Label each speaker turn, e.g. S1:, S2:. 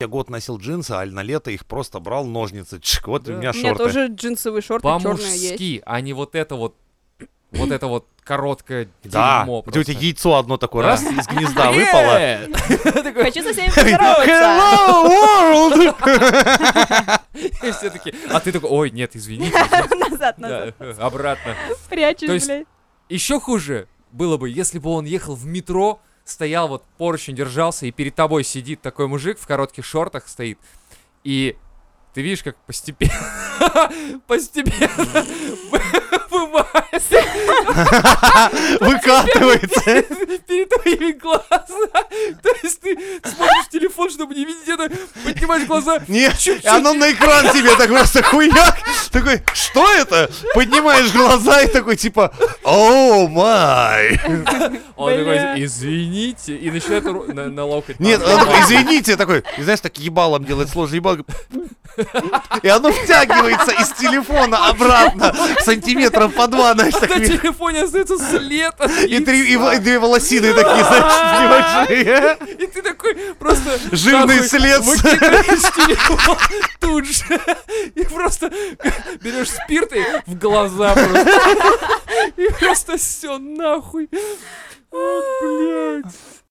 S1: Я год носил джинсы, а на лето их просто брал ножницы. Чик, вот
S2: Да.
S1: у меня
S2: У
S1: шорты.
S3: меня тоже джинсовые шорты черные есть.
S2: По-мужски, а не вот это вот, вот это вот короткое
S1: Да,
S2: дерьмо
S1: где у тебя яйцо одно такое,
S2: Да.
S1: раз, из гнезда выпало.
S3: Хочу со всеми поздороваться.
S1: Hello, world!
S2: И все такие, а ты такой, ой, нет, извини.
S3: Назад, назад.
S2: Да, обратно. То
S3: Прячусь,
S2: есть-
S3: блядь.
S2: Еще хуже было бы, если бы он ехал в метро, стоял вот поручень держался, и перед тобой сидит такой мужик в коротких шортах стоит, и ты видишь, как постепенно, постепенно вымывается
S1: Выкатывается.
S2: перед твоими глаза. То есть ты смотришь телефон, чтобы не видеть это, поднимаешь глаза,
S1: Нет,
S2: Чуть-чуть.
S1: и оно на экран тебе так просто хуяк. Такой, что это? Поднимаешь глаза и такой типа, о май.
S2: он
S3: Бля.
S2: такой, извините, и начинает ру- на, на локоть.
S1: Нет,
S2: там
S1: он такой,
S2: лапать.
S1: извините, такой, и знаешь, так ебалом делает сложно, ебалом. И оно втягивается из телефона обратно, сантиметров по два, знаешь, так.
S2: На
S1: вверх.
S2: телефоне остается след от
S1: И, три, и,
S2: яйца.
S1: во- и две волосины такие, знаешь, небольшие.
S2: И ты такой просто...
S1: Жирный
S2: нахуй
S1: след.
S2: Выкидываешь телефон тут же. И просто берешь спирт и в глаза просто. И просто все нахуй. О, блядь.